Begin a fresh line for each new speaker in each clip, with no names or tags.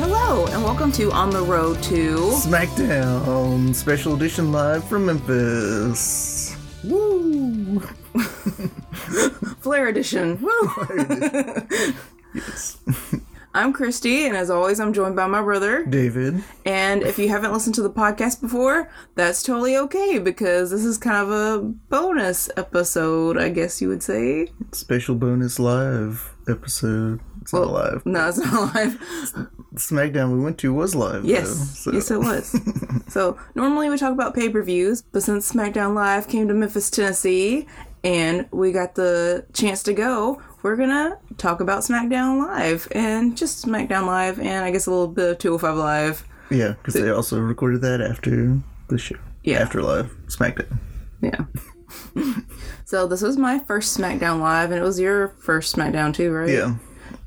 Hello, and welcome to On the Road to.
SmackDown Special Edition live from Memphis. Woo!
Flair Edition. Woo!
Yes.
I'm Christy, and as always, I'm joined by my brother.
David.
And if you haven't listened to the podcast before, that's totally okay because this is kind of a bonus episode, I guess you would say.
Special bonus live episode. It's not live.
No, it's not live.
SmackDown we went to was live.
Yes,
Though, so.
yes, it was. so normally we talk about pay per views, but since SmackDown Live came to Memphis, Tennessee, and we got the chance to go, we're gonna talk about SmackDown Live and just SmackDown Live, and I guess a little bit of 205 Live.
yeah, because they also recorded that after the show.
Yeah.
After live SmackDown.
Yeah. so this was my first SmackDown Live, and it was your first SmackDown too, right?
Yeah.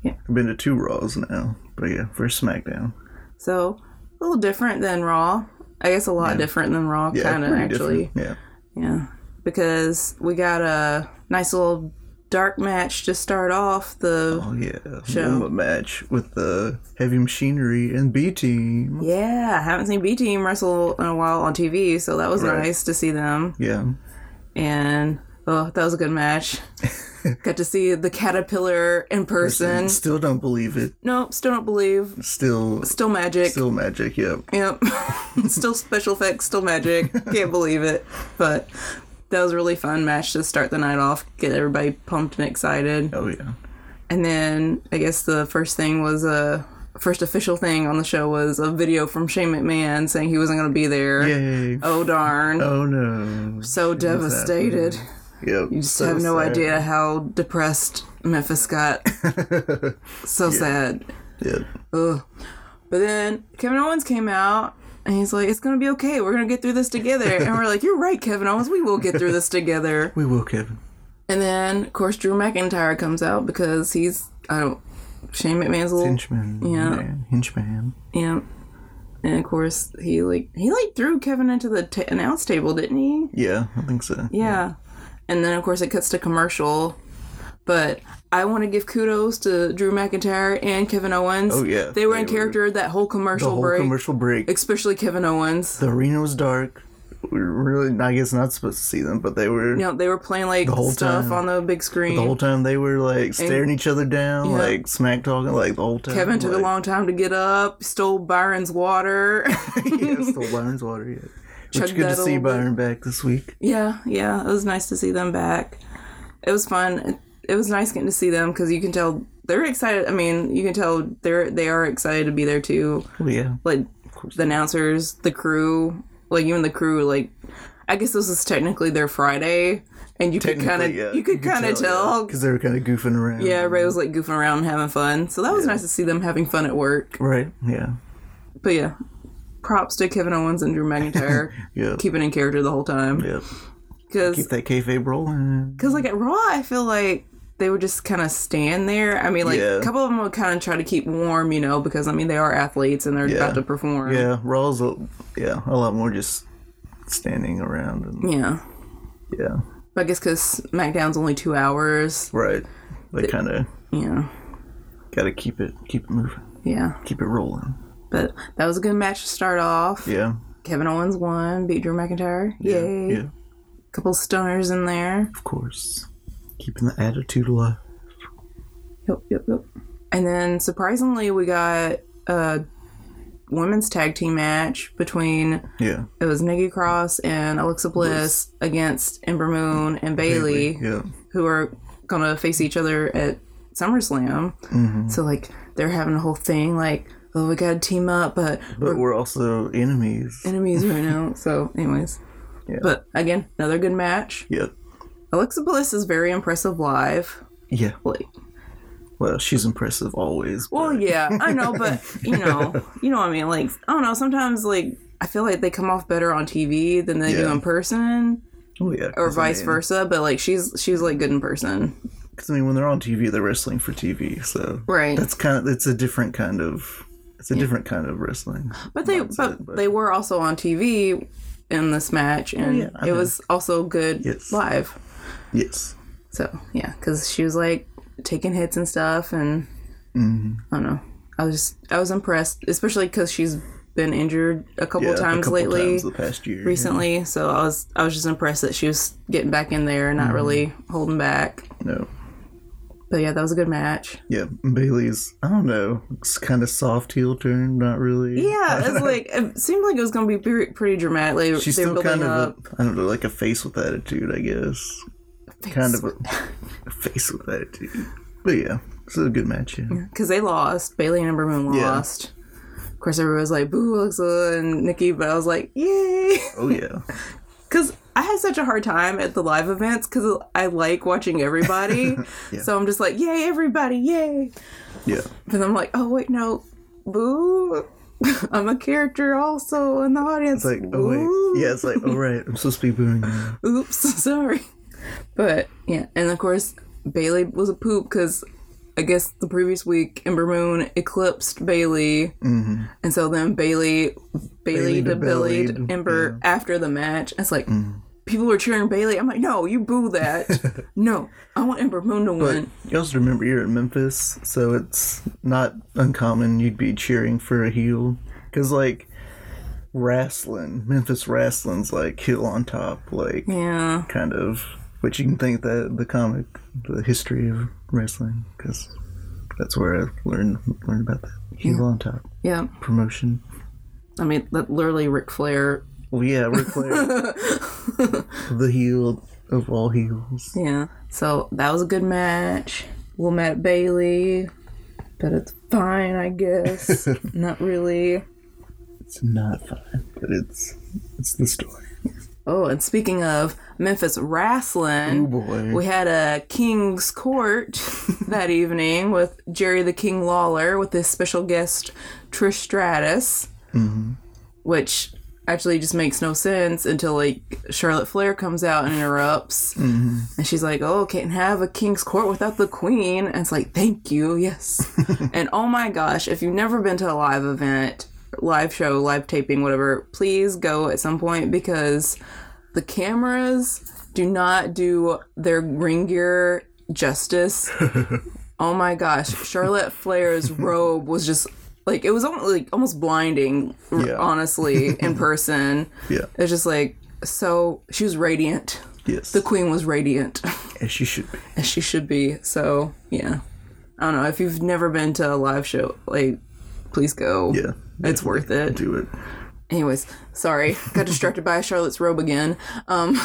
Yeah.
I've been to two Raws now, but yeah, first SmackDown.
So a little different than Raw. I guess a lot different than Raw,
Yeah,
kind of
pretty
actually.
different. Yeah.
Yeah, because we got a nice little dark match to start off the
Oh yeah.
Show.
A match with the Heavy Machinery and B Team.
yeah i haven't seen b team wrestle in a while on tv so that was
Right.
nice to see them
Yeah.
and oh that was a good match got to see the caterpillar in person
Still don't believe it.
nope still don't believe
Still
still magic
Still magic, yeah.
Yep. still special effects, still magic. Can't believe it. But that was a really fun match to start the night off, get everybody pumped and excited.
Oh yeah.
And then I guess the first thing was a first official thing on the show was a video from Shane McMahon saying he wasn't going to be there.
Yay.
Oh darn.
Oh no.
so devastated.
Yep.
You just have no idea how depressed Memphis got. so sad.
Yep.
Ugh. But then Kevin Owens came out and he's like, It's gonna be okay, we're gonna get through this together. and we're like, You're right, Kevin Owens, we will get through this together.
We will, Kevin.
And then of course Drew McIntyre comes out because he's I don't Shane McMahon's a little
Hinchman.
Yeah.
Man. Hinchman.
yeah. And of course he like he like threw Kevin into the t- announce table, didn't he?
Yeah, I think so.
Yeah. And then, of course, it cuts to commercial. But I want to give kudos to Drew McIntyre and Kevin Owens.
Oh, yeah.
They were in
They were-
character that whole commercial
The whole
break,
commercial break.
especially Kevin Owens.
the arena was dark. We were really, I guess, not supposed to see them, but they were.
You know, they were playing like
whole
stuff
time.
on the big screen.
The whole time they were like staring each other down, like smack talking, like the whole time.
Kevin took
like,
a long time to get up, stole Byron's water.
yes, the Byron's water. Yeah. Which
Chugged
good
that
to
a
see
little bit.
Byron back this week.
yeah, yeah. It was nice to see them back. It was fun. It, it was nice getting to see them because you can tell they're excited. I mean, you can tell they're they are excited to be there too.
Oh yeah,
like the announcers, the crew, like even the crew, like I guess this is technically their Friday, and you could kind of you could kind of tell,
because they were kind of goofing around.
yeah, everybody was like goofing around, and having fun. So that was nice to see them having fun at work.
Right. Yeah.
But yeah, props to Kevin Owens and Drew McIntyre
Yeah.
keeping in character the whole time
yeah.
because
Keep that kayfabe rolling.
Because, like, at Raw, I feel like they would just kind of stand there. I mean, like,
Yeah.
a couple of them would kind of try to keep warm, you know, because, I mean, they are athletes and they're about to perform.
Yeah, Raw's a, yeah a lot more just standing around and
Yeah.
yeah
But I guess because SmackDown's only two hours.
right. They kind of
Yeah.
got to keep it keep it moving,
Yeah.
keep it rolling.
But that was a good match to start off.
Yeah,
Kevin Owens won, beat Drew McIntyre. Yay.
yeah,
Couple stunners in there.
of course, keeping the attitude alive.
Yep, yep, yep. And then surprisingly, we got a women's tag team match between
Yeah,
it was Nikki Cross and Alexa Bliss against Ember Moon and Bailey,
yeah,
who are gonna face each other at SummerSlam. So like they're having a whole thing like, oh, we gotta team up, but
but we're also enemies.
enemies right now. So, anyways.
Yeah.
But again, another good match.
Yeah,
Alexa Bliss is very impressive live.
yeah.
Like,
Well, she's impressive always. but-
well, yeah, I know, but you know, you know what I mean. Like, I don't know. Sometimes, like, I feel like they come off better on TV than they do
Yeah.
in person,
oh, yeah,
or vice versa. But like, she's she's like good in person,
Because I mean, when they're on TV, they're wrestling for TV, so
right?
that's kind of it's a different kind of it's a different kind of wrestling.
but they but,
mindset, but- Oh,
they were also on TV in this match, and
yeah, I
it
know.
was also good
Yes.
live.
Yes. Mm-hmm.
So yeah, because she was like taking hits and stuff, and I don't know. I was just I was impressed, especially because she's been injured a couple
yeah,
times
a couple
lately,
times the past year.
recently. So I was I was just impressed that she was getting back in there and not
Mm-hmm.
really holding back.
Yeah. No.
But yeah, that was a good match.
Yeah, Bailey's. I don't know. It's kind of soft heel turn, not really.
Yeah, it's like it seemed like it was going to be pretty, pretty dramatic. They,
she's
they're
still
building
kind of
up.
a, I don't know, like a face with attitude, I guess. Kind of a, a face with attitude. But yeah, it's a good match. Yeah.
because they lost. Bailey and Ember Moon
Yeah.
lost. Of course, everyone was like "boo" Alexa and Nikki, but I was like, "yay!"
Oh yeah,
Because I had such a hard time at the live events because I like watching everybody, so I'm just like, "Yay, everybody, yay!"
yeah,
But I'm like, "Oh wait, no, boo." I'm a character also in the audience.
it's like oh
Boo.
wait, yeah, it's like oh right, I'm supposed to be booing. you.
Oops, sorry. But yeah, and of course Bailey was a poop because I guess the previous week Ember Moon eclipsed Bailey, and so then Bailey Bailey,
Bailey
debillied
debellied,
Ember after the match. It's like people were cheering Bailey. I'm like, no, you boo that. no, I want Ember Moon to win.
You also remember you're in Memphis, so it's not uncommon you'd be cheering for a heel because like wrestling, Memphis wrestling's like heel on top, like
Yeah,
kind of. But you can think that the comic, the history of wrestling, because that's where I learned learned about that. Heel on top
yeah.
promotion.
I mean, that literally Ric Flair.
Well, yeah, Ric Flair, the heel of all heels.
Yeah. So that was a good match. We'll met Bailey, but it's fine, I guess. Not really.
It's not fun, but it's it's the story.
Oh, and speaking of Memphis
Oh
wrestling,
boy.
we had a King's Court that evening with Jerry the King Lawler with his special guest Trish Stratus, which actually just makes no sense until like Charlotte Flair comes out and interrupts, and she's like, "Oh, can't have a King's Court without the Queen," and it's like, "Thank you, yes." and oh my gosh, if you've never been to a live event. Live show, live taping, whatever, please go at some point because the cameras do not do their ring gear justice. oh my gosh, Charlotte Flair's robe was just like it was almost, like almost blinding, r-
Yeah.
honestly, in person.
Yeah.
It was just like so she was radiant.
yes,
The queen was radiant,
as she should be.
as she should be. So yeah, I don't know if you've never been to a live show, like please go.
Yeah,
It's worth it.
do it.
Anyways, sorry, got distracted by Charlotte's robe again. Um,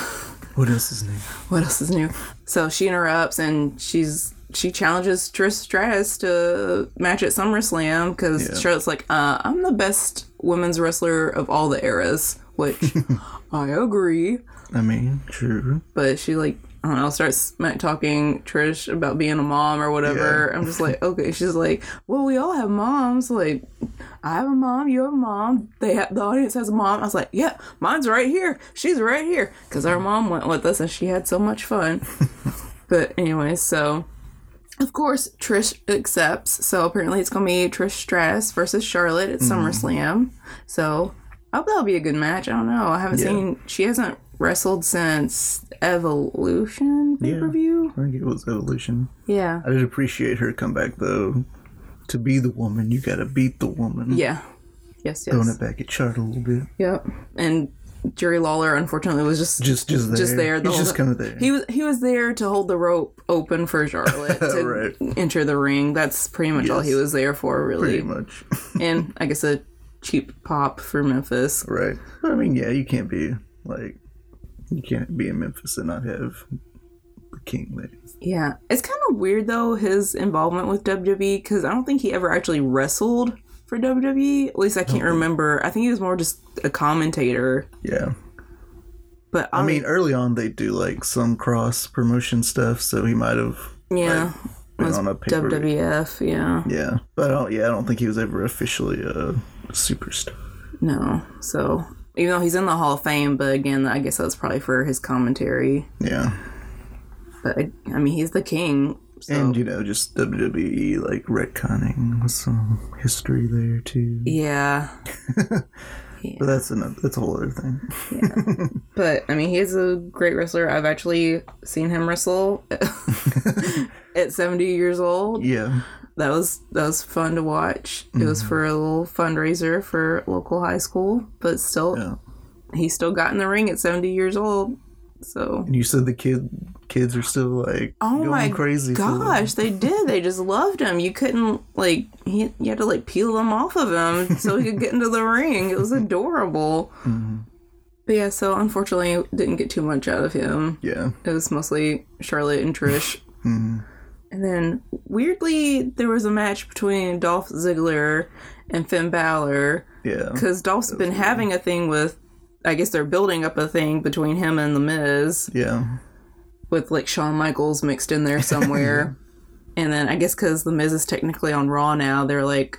What else is new?
what else is new? So she interrupts and she's she challenges Trish Stratus to match at SummerSlam because
Yeah.
Charlotte's like, uh, I'm the best women's wrestler of all the eras, which I agree.
I mean, true.
But she like I don't know, starts smack talking Trish about being a mom or whatever. I'm just like, okay. She's like, well, we all have moms. Like, I have a mom, you have a mom. They have, the audience has a mom. I was like, yeah, mine's right here. She's right here because our mom went with us and she had so much fun. but anyway, so of course Trish accepts. So apparently it's gonna be Trish Stratus versus Charlotte at SummerSlam. So I hope that'll be a good match. I don't know. I haven't seen. She hasn't wrestled since Evolution pay per view.
I think it was evolution.
Yeah.
I did appreciate her comeback though. To be the woman, you gotta beat the woman.
Yeah. Yes. Yes.
Throwing it back at Chart a little bit.
Yep. And Jerry Lawler unfortunately was just
Just, just there.
just there. The
He's
whole
just
ti-
kind of there.
He was he was there to hold the rope open for Charlotte to
Right.
enter the ring. That's pretty much all he
Yes.
was there for, really.
Pretty much.
and I guess a cheap pop for Memphis.
right. But, I mean, yeah, you can't be like, you can't be in Memphis and not have the king there.
Yeah, it's kind of weird though his involvement with WWE because I don't think he ever actually wrestled for WWE. At least I can't remember. I think he was more just a commentator.
Yeah.
But
I mean, early on they do like some cross promotion stuff, so he might have
yeah,
been
was E
on a paper.
WWF. Yeah,
Yeah, but I don't, yeah, I don't think he was ever officially a superstar.
no. So even though he's in the Hall of Fame, but again, I guess that's probably for his commentary.
Yeah.
But I, I mean, he's the king. So.
And you know, just WWE like retconning some history there too.
yeah,
But that's another that's a whole other thing.
But I mean, he is a great wrestler. I've actually seen him wrestle at 70 years old.
Yeah.
that was that was fun to watch. It was for a little fundraiser for local high school, but still,
Yeah.
he still got in the ring at seventy years old. So,
And you said the kid kids are still like
oh
going
my
crazy. for them.
gosh, they did. They just loved him. You couldn't like he, you had to like peel them off of him so he could get into the ring. It was adorable.
Mm-hmm.
But yeah, so unfortunately, didn't get too much out of him.
Yeah.
It was mostly Charlotte and Trish.
Mm-hmm.
And then, weirdly, there was a match between Dolph Ziggler and Finn Balor
Yeah.
because Dolph's been having a thing with, I guess they're building up a thing between him and The Miz
Yeah.
with like Shawn Michaels mixed in there somewhere. and then I guess because The Miz is technically on Raw now, they're like,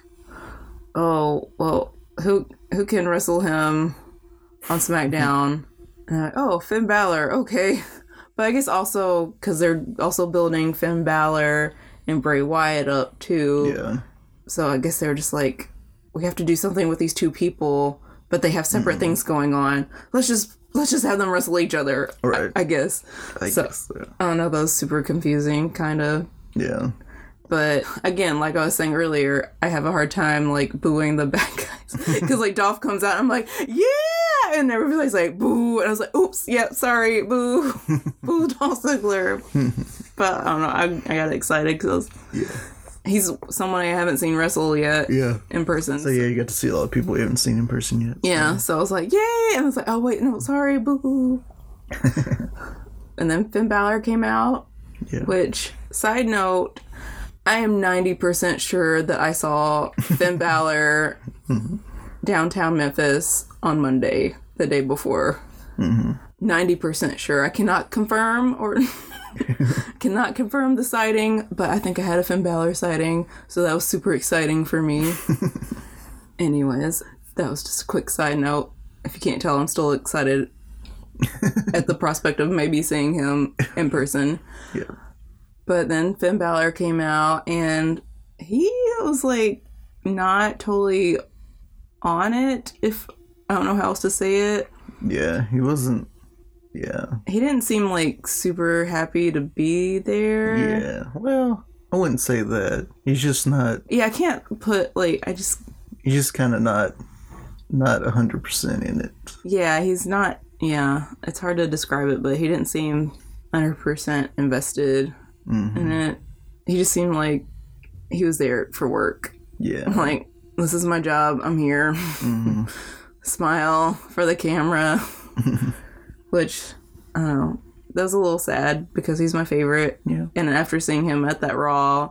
oh, well, who who can wrestle him on SmackDown? and they're like, oh, Finn Balor, okay. But I guess also because they're also building Finn Balor and Bray Wyatt up too.
Yeah.
So I guess they're just like, we have to do something with these two people, but they have separate
Mm-hmm.
things going on. Let's just let's just have them wrestle each other. I-
Right.
I, guess.
I
So-
guess so.
I don't know. That was super confusing, kind of.
Yeah.
But again, like I was saying earlier, I have a hard time like booing the bad guys because like Dolph comes out, and I'm like, yeah, and everybody's like, boo, and I was like, oops, yeah, sorry, boo, boo, Dolph Ziggler. but I don't know. I, I got excited because
Yeah.
he's someone I haven't seen wrestle yet
Yeah.
in person.
So yeah, you got to see a lot of people you haven't seen in person yet.
Yeah, so I was like, yay! And I was like, oh, wait, no, sorry, boo. and then Finn Balor came out,
Yeah.
which, side note, I am 90% sure that I saw Finn Balor downtown Memphis on Monday, the day before. 90% sure. I cannot confirm or cannot confirm the sighting, but I think I had a Finn Balor sighting, so that was super exciting for me. Anyways, that was just a quick side note. If you can't tell, I'm still excited at the prospect of maybe seeing him in person.
Yeah.
But then Finn Balor came out and he was like not totally on it, if I don't know how else to say it.
Yeah. He wasn't. Yeah.
He didn't seem like super happy to be there.
Yeah. Well, I wouldn't say that. He's just not.
Yeah, I can't put like I just
He's just kind of not. Not a hundred percent in it.
yeah, he's not yeah, it's hard to describe it, but he didn't seem 100% invested in it. He just seemed like he was there for work.
Yeah.
Like this is my job. I'm here. Smile for the camera. Which I don't know. That was a little sad because he's my favorite.
Yeah.
And after seeing him at that Raw,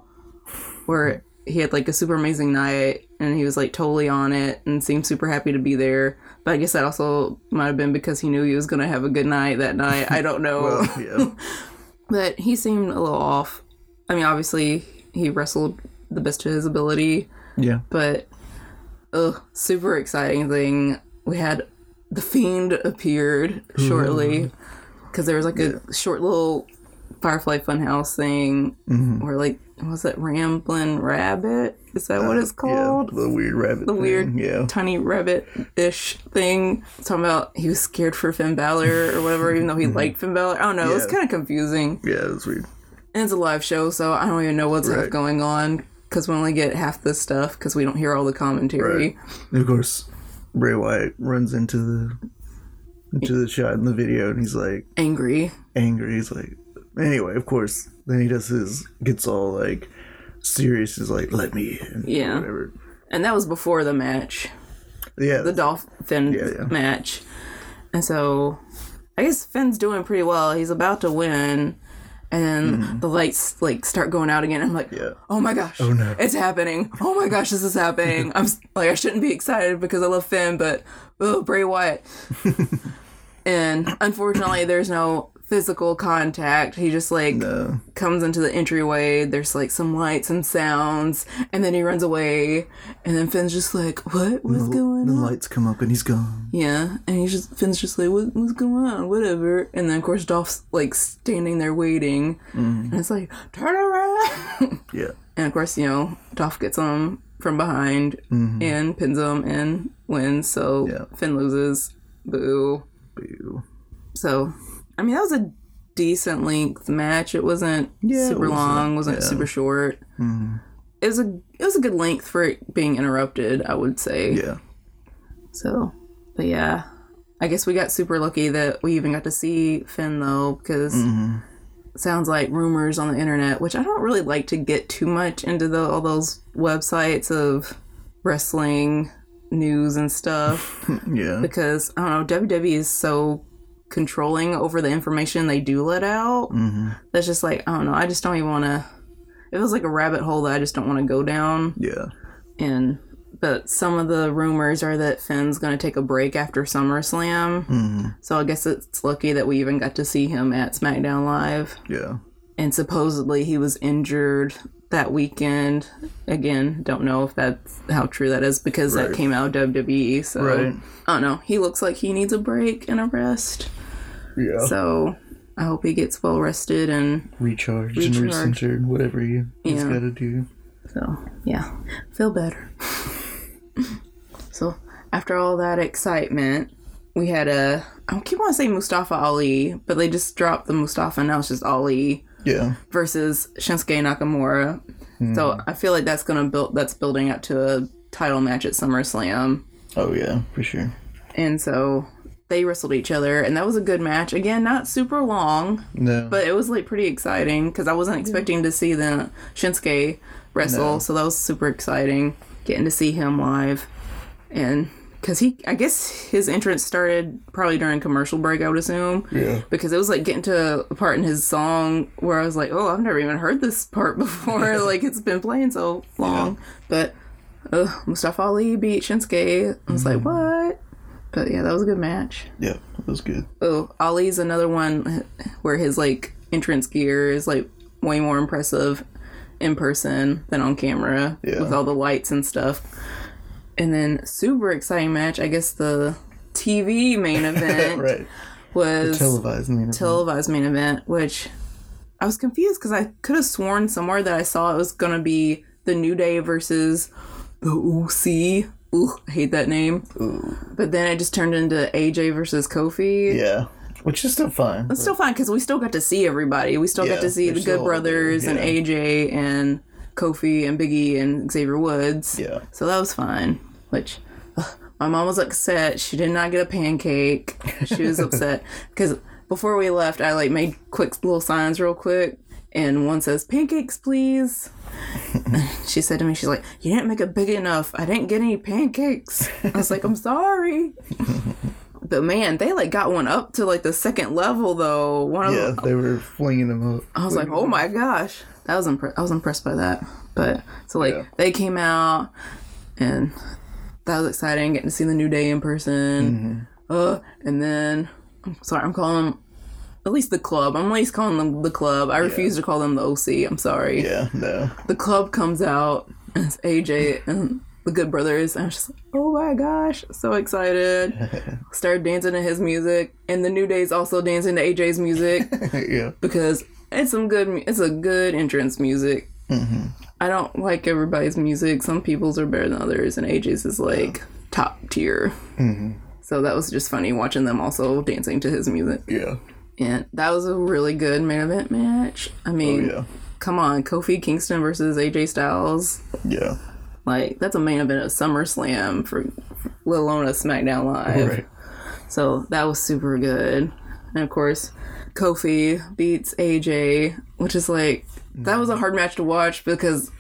where he had like a super amazing night and he was like totally on it and seemed super happy to be there. But I guess that also might have been because he knew he was going to have a good night that night. I don't know.
Well, yeah.
but he seemed a little off. I mean, obviously, he wrestled the best of his ability
Yeah.
but ugh, super exciting thing. We had the fiend appeared
Hmm.
shortly because there was like a short little Firefly Funhouse thing
Mm-hmm.
where like was it Ramblin' Rabbit? Is that what it's
Uh, Yeah.
called?
The weird rabbit.
The weird
Thing. Yeah.
tiny rabbit ish thing. Talking about he was scared for Finn Balor or whatever, even though he liked Finn Balor. I don't know. It's
Mm-hmm. Yeah.
kind of confusing.
Yeah. It was weird.
And it's a live show, so I don't even know what's half
Right.
going on because we only get half this stuff because we don't hear all the commentary.
Right. And of course, Bray Wyatt runs into the into the shot in the video, and he's like
angry.
angry. He's like, anyway, of course. Then he does his gets all like serious. He's like, let me in.
Yeah.
Whatever.
And that was before the match,
Yeah.
the Dolphin
Yeah, yeah.
match. And so I guess Finn's doing pretty well. He's about to win. And then the lights like start going out again. I'm like,
Mm-hmm. Yeah.
oh my gosh,
Oh, no.
it's happening. Oh my gosh, this is happening. I'm s- like, I shouldn't be excited because I love Finn, but oh, Bray Wyatt. and unfortunately, there's no physical contact. He just like
uh,
comes into the entryway. There's like some lights and sounds, and then he runs away. And then Finn's just like, "What? What's going
the
on?"
lights come up and he's gone.
yeah, and he's just Finn's just like, what, "What's going on? Whatever." And then of course Dolph's like standing there waiting,
Mm-hmm.
and it's like, "Turn around!"
Yeah.
and of course, you know, Dolph gets him from behind and pins him and wins. So
Mm-hmm. Yeah.
Finn loses. Boo.
Boo.
So, I mean, that was a decent length match. It wasn't
Yeah, it
super
wasn't-
long, wasn't
yeah. Mm-hmm.
super short. it was a it was a good length for it being interrupted. I would say.
Yeah.
So, but yeah, I guess we got super lucky that we even got to see Finn though, because it sounds like rumors on the internet, which I don't really like to get too much into the, all those websites of wrestling news and stuff
Yeah.
because I don't know WWE is so controlling over the information they do let out. That's just like I don't know. I just don't even want to. It was like a rabbit hole that I just don't want to go down
Yeah.
and but some of the rumors are that Finn's going to take a break after SummerSlam.
Hmm.
So I guess it's lucky that we even got to see him at SmackDown Live.
Yeah.
And supposedly he was injured that weekend. Again, don't know if that's how true that is because
Right.
that came out of WWE. So
Right.
I don't know. He looks like he needs a break and a rest.
Yeah.
So I hope he gets well rested and
recharge, and
Recharge.
recenter, whatever you just
Yeah.
gotta do.
So, yeah, feel better. so, after all that excitement, we had a. I keep want to say Mustafa Ali, but they just dropped the Mustafa, now it's just Ali
Yeah.
versus Shinsuke Nakamura. So, I feel like that's going to build. That's building up to a title match at SummerSlam.
Oh yeah, for sure.
And so. They wrestled each other, and that was a good match. Again, not super long,
No.
but it was like pretty exciting because I wasn't expecting to see the Shinsuke wrestle, so that was super exciting getting to see him live. And because he, I guess his entrance started probably during commercial break, I would assume.
Yeah.
Because it was like getting to a part in his song where I was like, oh, I've never even heard this part before. like it's been playing so long. But uh, Mustafa Ali beat Shinsuke. I was like, what? But yeah, that was a good match.
yeah, it was good.
Oh, Ollie's another one where his like entrance gear is like way more impressive in person than on camera
Yeah.
with all the lights and stuff. And then super exciting match. I guess the TV main event
Right.
was
Televised mean
televised main event, which I was confused because I could have sworn somewhere that I saw it was gonna be the New Day versus the OC. Ooh, I hate that name. But then it just turned into AJ versus Kofi.
Yeah. Which is still fine.
It's still fine because we still got to see everybody. We still
Yeah,
got to see
they're
the
still
Good
all
Brothers
there,
and AJ and Kofi and Biggie and Xavier Woods.
Yeah.
So that was fine. Which ugh, my mom was upset. She did not get a pancake. She was upset because before we left, I like made quick little signs real quick, and one says pancakes, please. she said to me, she's like, you didn't make it big enough. I didn't get any pancakes. I was like, I'm sorry. But man, they like got one up to like the second level though. One of
Yeah,
them,
they were flinging them up.
I was like, oh my gosh, that was impre- I was impressed by that. But so like
Yeah.
they came out, and that was exciting getting to see the new day in person. Uh, and then I'm sorry, I'm calling them at least the club. I'm at least calling them the club. I refuse to call them the OC. I'm sorry.
Yeah, no.
The club comes out, and it's AJ and the Good Brothers. And I was just like, oh my gosh, so excited. Started dancing to his music, and the new day's also dancing to AJ's music
yeah.
because it's some good. mu- It's a good entrance music.
Mm-hmm.
I don't like everybody's music. Some people's are better than others, and AJ's is like top tier.
Mm-hmm.
So that was just funny watching them also dancing to his music,
Yeah.
and that was a really good main event match. I mean,
Oh, Yeah.
come on, Kofi Kingston versus AJ Styles.
Yeah.
Like that's a main event of SummerSlam for, for let alone a SmackDown Live.
Right.
So that was super good. And of course, Kofi beats AJ, which is like that was a hard match to watch because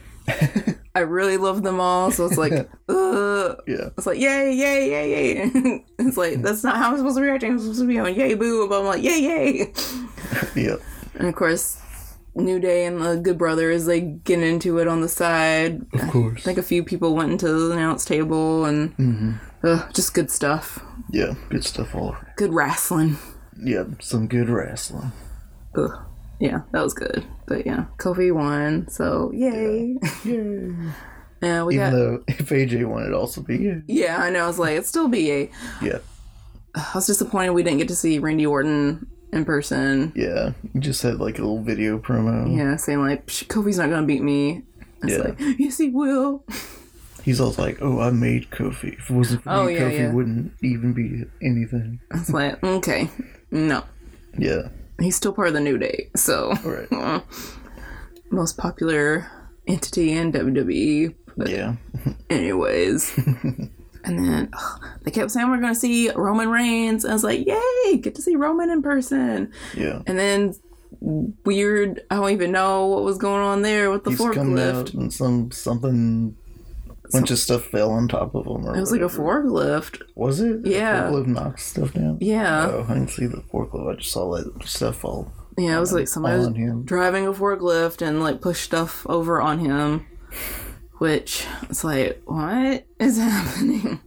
I really love them all. So it's like, ugh.
Yeah.
It's like yay, yay, yay, yay. it's like that's not how I'm supposed to be reacting. I'm supposed to be going yay, boo, but I'm like yay, yay.
Yeah.
And of course, New Day and the Good Brothers they get into it on the side.
Of course.
I think a few people went into the announce table and ugh, just good stuff,
Yeah. Good stuff all around.
good wrestling.
Yeah. Some good wrestling.
Ugh. Yeah, that was good. But yeah, Kofi won, so yay.
Yay.
Yeah, we
Even
got.
though if AJ won it'd also be yeah.
yeah, I know. I was like, it's still BA.
Yeah.
I was disappointed we didn't get to see Randy Orton in person.
Yeah. You just had like a little video promo.
Yeah, saying like, Psh, Kofi's not gonna beat me. It's
Yeah.
like, yes, he will.
He's all like, "Oh, I made Kofi. If it wasn't for
Oh,
me,
yeah,
Kofi
yeah.
wouldn't even be anything."
I was like, okay, no,
Yeah.
he's still part of the New Day, so
All right.
most popular entity in E WWE. But
Yeah.
anyways. and then ugh, they kept saying we're going to see Roman Reigns. I was like, yay, get to see Roman in person.
Yeah.
And then weird, I don't even know what was going on there with the
He's coming out
forklift.
and some something bunch of stuff fell on top of him. Or
It was like a
whatever.
forklift.
Was it?
Yeah.
The forklift knocked stuff down.
Yeah.
Oh, I didn't see the forklift. I just saw that stuff fall.
Yeah, it was like somebody was
on him.
driving a forklift and like pushed stuff over on him, which it's like, what is happening?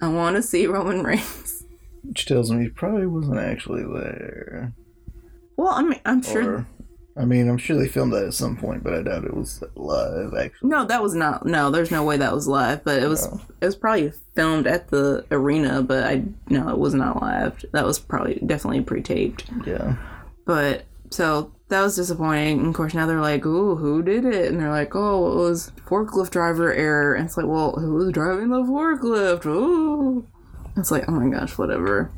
I want to see Roman Reigns.
Which tells me he probably wasn't actually there.
Well, I mean, I'm sure.
Or, I mean, I'm sure they filmed that at some point, but I doubt it was live, actually.
no, that was not. No, there's no way that was live, but it was. It was probably filmed at the arena, but I no, it was not live. That was probably definitely pre-taped.
Yeah.
But so that was disappointing. And of course, now they're like, "Ooh, who did it?" And they're like, "Oh, it was forklift driver error." And it's like, "Well, who was driving the forklift?" Ooh, it's like, "Oh my gosh, whatever."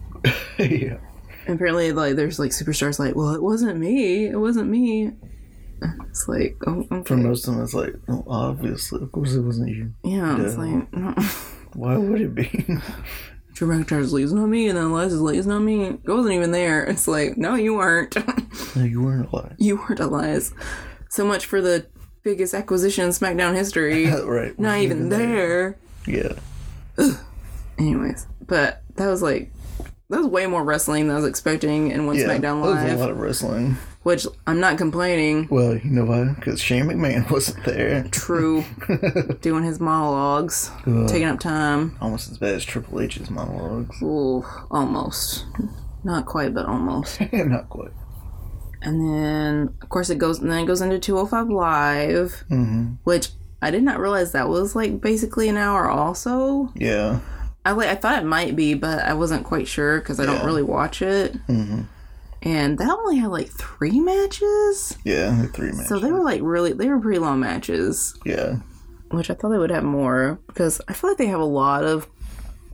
yeah.
And apparently, like, there's like superstars like, "Well, it wasn't me. It wasn't me." It's like, oh, okay.
For most of them, it's like, oh, obviously, of course it wasn't you.
yeah, it's
Yeah.
like, no.
Why would it be?
Drew McIntyre's leaves on me, and then Eliza's leaves on me. It wasn't even there. It's like, no, you weren't.
no, you weren't alive.
you weren't Elias. So much for the biggest acquisition in SmackDown history.
right.
not even there.
Yeah.
Anyways, but that was like that was way more wrestling than I was expecting in one
Yeah.
SmackDown
That was a
Live,
lot of wrestling.
which I'm not complaining.
Well, you know why? Because Shane McMahon wasn't there.
True, doing his monologues,
Ugh.
taking up time.
Almost as bad as Triple H's monologues.
Ooh, almost, not quite, but almost.
Not quite.
And then, of course, it goes. And then it goes into 205 Live, which I did not realize that was like basically an hour. Also,
Yeah.
I like I thought it might be, but I wasn't quite sure because I don't
Yeah.
really watch it. And that only had like three matches,
Yeah. the Three matches.
so they were like really they were pretty long matches,
Yeah.
which I thought they would have more because I feel like they have a lot of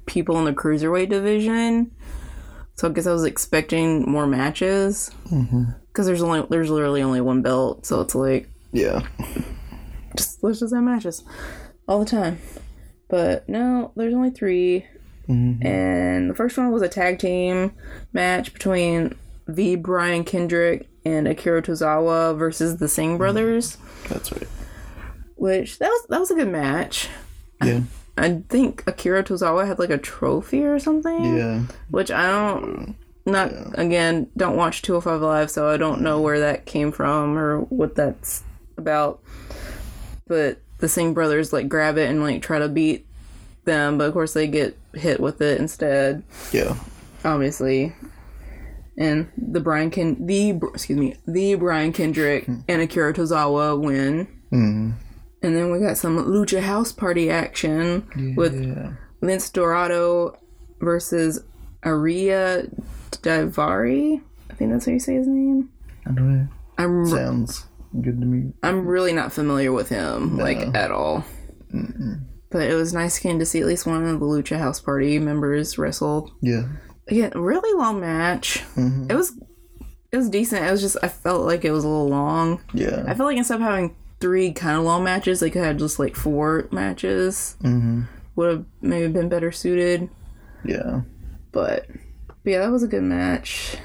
people in the cruiserweight division. So I guess I was expecting more matches because there's only there's literally only one belt, so it's like
Yeah.
just let's just have matches all the time. But no, there's only 3 And the first one was a tag team match between the Brian Kendrick and Akira Tozawa versus the Singh brothers,
That's right.
which that was that was a good match.
Yeah.
I think Akira Tozawa had like a trophy or something.
Yeah.
Which I don't not again, don't watch 205 Live, so I don't know where that came from or what that's about. But the Singh brothers like grab it and like try to beat them, but of course they get hit with it instead,
Yeah.
obviously. And the Brian Ken the Br- excuse me, the Brian Kendrick and Akira Tozawa win. And then we got some Lucha House Party action with
Yeah.
Lince Dorado versus Aria Divari. I think that's how you say his name.
I don't know.
I'm
Sounds good to me.
I'm really not familiar with him like at all. But it was nice getting to see at least one of the Lucha House Party members wrestle.
Yeah.
Again, really long match. It was it was decent. It was just I felt like it was a little long. I
Yeah.
feel like instead of having three kind of long matches, they could have just like four matches. Mm-hmm. Would have maybe been better suited.
Yeah.
But, but yeah, that was a good match.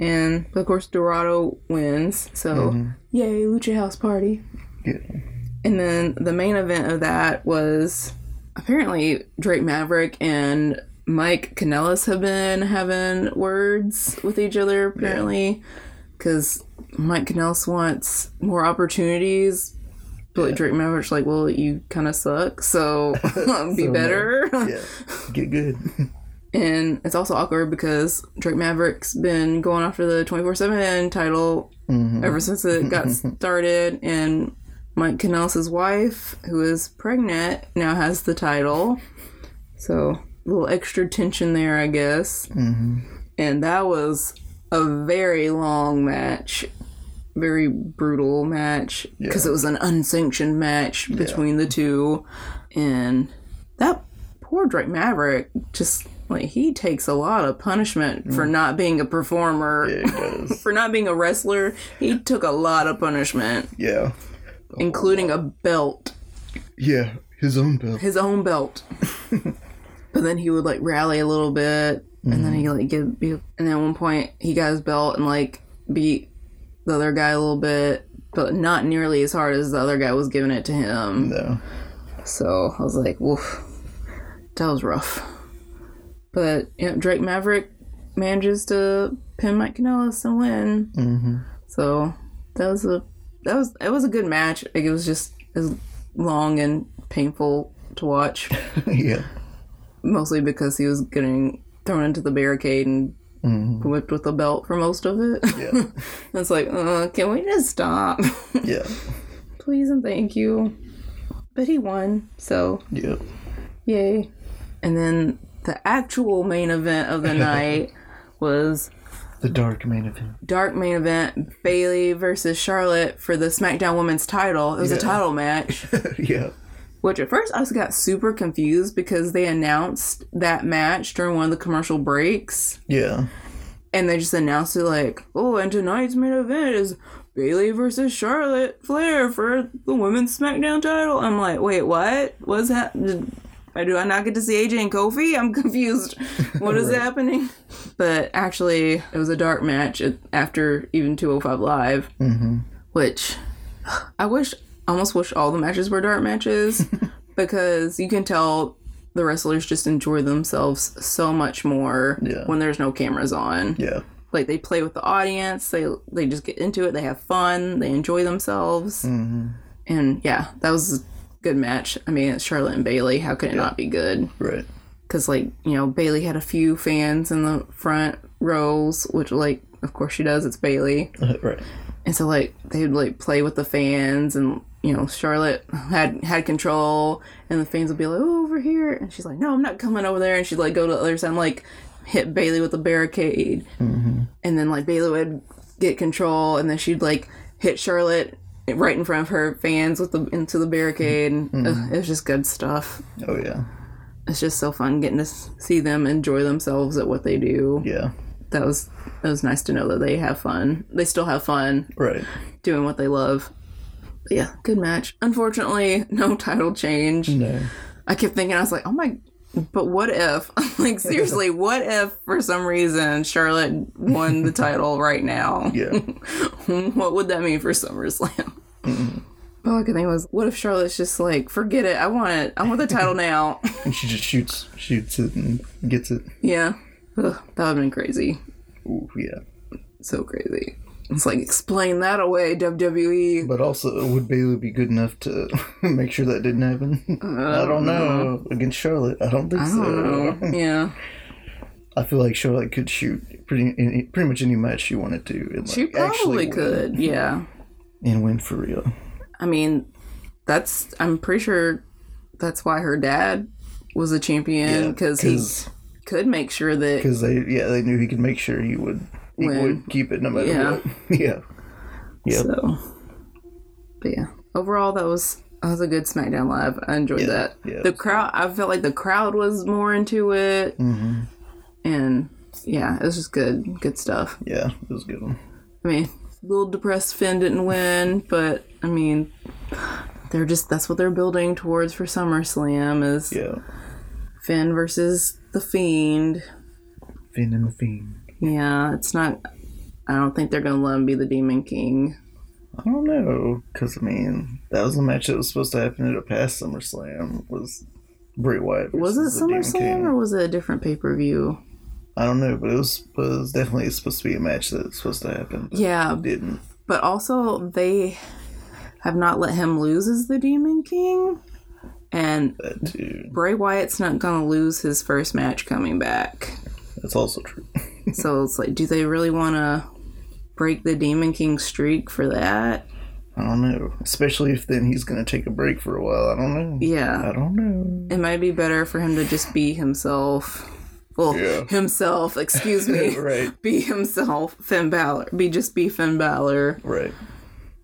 And of course, Dorado wins. So, yay, Lucha House Party.
Yeah.
And then the main event of that was apparently Drake Maverick and Mike Kanellis have been having words with each other, apparently, because Mike Kanellis wants more opportunities. But like Drake Maverick's like, well, you kind of suck, so be
no.
better.
Yeah. Get good.
And it's also awkward because Drake Maverick's been going after the 24 7 title ever since it got started. And Mike Kanellis' wife, who is pregnant, now has the title. So a little extra tension there, I guess. And that was a very long match, very brutal match because it was an unsanctioned match between the two. And that poor Drake Maverick just like he takes a lot of punishment for not being a performer,
Yeah, it does.
for not being a wrestler. He took a lot of punishment.
Yeah.
including a belt,
Yeah, his own belt.
his own belt. but then he would like rally a little bit, and then he like get be, and then at one point he got his belt and like beat the other guy a little bit, but not nearly as hard as the other guy was giving it to him.
No.
So I was like, woof, that was rough. But you know, Drake Maverick manages to pin Mike Kanellis and win. Mm-hmm. So that was a that was it was a good match. Like, it was just as long and painful to watch,
yeah.
mostly because he was getting thrown into the barricade and whipped with a belt for most of it.
Yeah.
it's like, uh, can we just stop,
Yeah.
please and thank you. But he won, so
Yeah.
Yay. And then the actual main event of the night was
The dark main event.
dark main event Bailey versus Charlotte for the SmackDown Women's title. It was a
Yeah.
title match,
yeah.
which at first I was got super confused because they announced that match during one of the commercial breaks
Yeah.
and they just announced it like, "Oh, and tonight's main event is Bailey versus Charlotte Flair for the Women's SmackDown title." I'm like, "Wait, what? What's happening?" Do I not get to see AJ and Kofi? I'm confused. What is happening? But actually, it was a dark match at- after even 205 Live, mm-hmm. which I wish, almost wish all the matches were dark matches because you can tell the wrestlers just enjoy themselves so much more
Yeah.
when there's no cameras on
Yeah.
like they play with the audience they they just get into it they have fun they enjoy themselves and yeah that was a good match i mean it's charlotte and bailey how could it not be good
Right.
because like you know bailey had a few fans in the front rows which like of course she does it's bailey
right.
and so like they would like play with the fans and you know Charlotte had had control and the fans would be like oh, over here and she's like no I'm not coming over there and she'd like go to the other side and like hit Bailey with a barricade and then like Bailey would get control and then she'd like hit Charlotte right in front of her fans with the into the barricade and ugh, it was just good stuff
Oh yeah.
it's just so fun getting to s- see them enjoy themselves at what they do
Yeah.
that was that was nice to know that they have fun they still have fun
Right.
doing what they love. But yeah, good match. Unfortunately, no title change.
No.
I kept thinking, I was like, oh my, but what if? like, seriously, what if for some reason Charlotte won the title right now?
Yeah.
what would that mean for SummerSlam? But all I could think was, what if Charlotte's just like, forget it, I want it, I want the title now.
and she just shoots, shoots it, and gets it.
yeah, Ugh, that would have been crazy.
Ooh, yeah.
So crazy. It's like, explain that away, E. WWE.
But also, would Bailey be good enough to make sure that didn't happen? I don't know. Against Charlotte, Uh, I don't think so.
yeah.
I feel like Charlotte could shoot pretty any, pretty much any match she wanted to. And, like,
She probably
actually win.
could, yeah.
and win for real.
I mean, that's I'm pretty sure that's why her dad was a champion because
because
he could make sure that
because they yeah they knew he could make sure he would he
Win.
would keep it no matter
Yeah.
what. yeah. yeah.
so. But yeah, overall that was that was a good SmackDown Live. I enjoyed that.
yeah, it
the
was
crowd, I felt like the crowd was more into it,
Mm-hmm.
and yeah, it was just good, good stuff.
Yeah, it was a good one.
I mean, a little depressed Finn didn't win, but I mean, they're just that's what they're building towards for SummerSlam is
Yeah.
Finn versus the Fiend.
Finn and the Fiend.
Yeah, it's not. I don't think they're gonna let him be the Demon King.
I don't know, because I mean that was a match that was supposed to happen at a past SummerSlam was Bray Wyatt.
Was
versus
it
the Demon
SummerSlam
King.
or was it a different pay per view?
I don't know, but it was was definitely supposed to be a match that was supposed to happen. but
Yeah,
it didn't.
but also they have not let him lose as the Demon King, and
That too.
Bray Wyatt's not gonna lose his first match coming back.
That's also true.
so it's like, do they really want to break the Demon King streak for that?
I don't know, especially if then he's gonna take a break for a while. I don't know.
Yeah,
I don't know.
it might be better for him to just be himself. Well,
Yeah.
himself. Excuse me.
right.
be himself, Finn Balor, be just be Finn Balor
Right.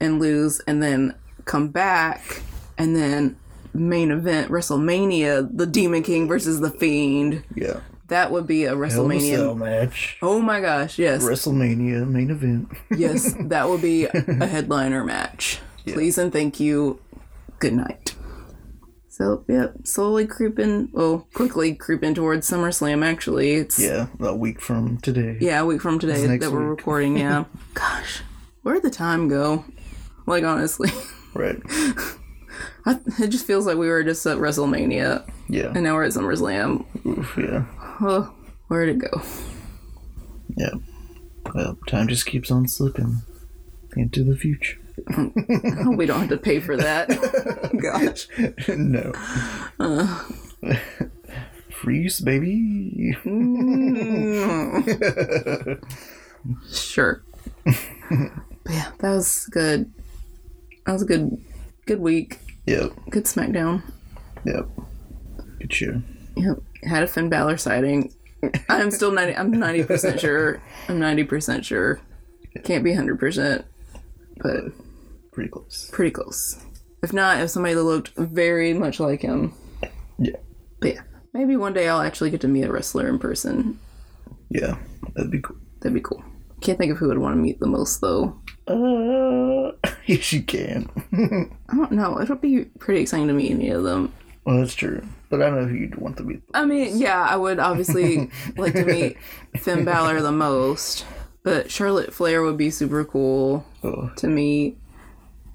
and lose, and then come back, and then main event WrestleMania, the Demon King versus the Fiend.
Yeah.
That would be a
Hell in a Cell
WrestleMania.
match.
Oh my gosh, yes,
WrestleMania main event.
yes, that would be a headliner match. Please and thank you. Good night. So, yep, slowly creeping, well, quickly creeping towards SummerSlam, actually. It's,
Yeah, a week from today.
yeah, a week from today
next
that we're
week.
recording, yeah. Gosh, where'd the time go? Like, honestly,
Right.
I, it just feels like we were just at WrestleMania
Yeah.
and now we're at SummerSlam.
Oof, yeah.
Oh, where'd it go?
Yeah. Well, time just keeps on slipping into the future.
I hope we don't have to pay for that. Gosh.
no. Freeze, baby.
Sure. but yeah, that was good. That was a good, good week.
Yep.
Good SmackDown.
Yep. Good show.
Yep. Had a Finn Balor sighting. I'm still 90. I'm 90 percent sure. I'm 90 percent sure. Can't be 100 percent, but
Pretty close.
pretty close. If not, if somebody that looked very much like him.
Yeah.
But yeah, maybe one day I'll actually get to meet a wrestler in person.
Yeah. That'd be cool.
That'd be cool. Can't think of who I'd want to meet the most though.
Uh, yes, you can.
I don't know. It'll be pretty exciting to meet any of them.
well, that's true. But I know who you'd want to be.
I mean, yeah, I would obviously like to meet Finn Balor the most, but Charlotte Flair would be super cool
Oh,
to meet.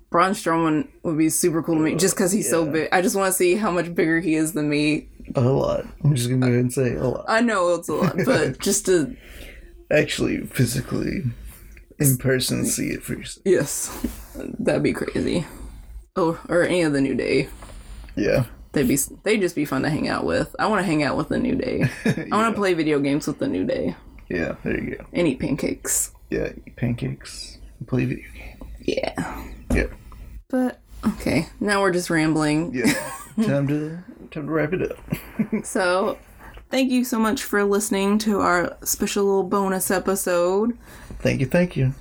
Braun Strowman would be super cool to meet just because he's so big. I just want to see how much bigger he is than me.
a lot. I'm just gonna go ahead and say a lot.
I know it's a lot, but just to
Actually, physically, in person, see it for yourself.
yes, that'd be crazy. Oh, or any of the New Day.
Yeah.
They'd be they'd just be fun to hang out with. I want to hang out with the New Day. I want to play video games with the New Day
Yeah. There you go.
and eat pancakes.
Yeah. Eat pancakes. Play video game.
Yeah.
Yeah.
But okay, now we're just rambling.
Yeah. time to time to wrap it up.
So, thank you so much for listening to our special little bonus episode.
Thank you. Thank you.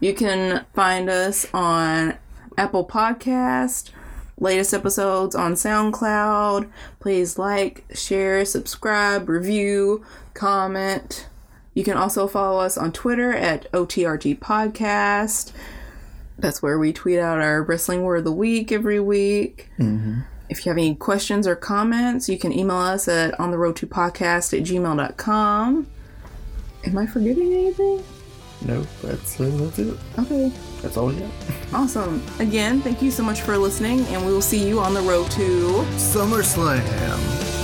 You can find us on Apple Podcast, latest episodes on SoundCloud. Please like, share, subscribe, review, comment. You can also follow us on Twitter at OTRG Podcast. That's where we tweet out our wrestling word of the week every week. If you have any questions or comments, you can email us at on the road to podcast at gmail.com. Am I forgetting anything?
No, that's uh, that's it.
Okay.
That's all we got.
Awesome. Again, thank you so much for listening, and we will see you on the road to.
SummerSlam.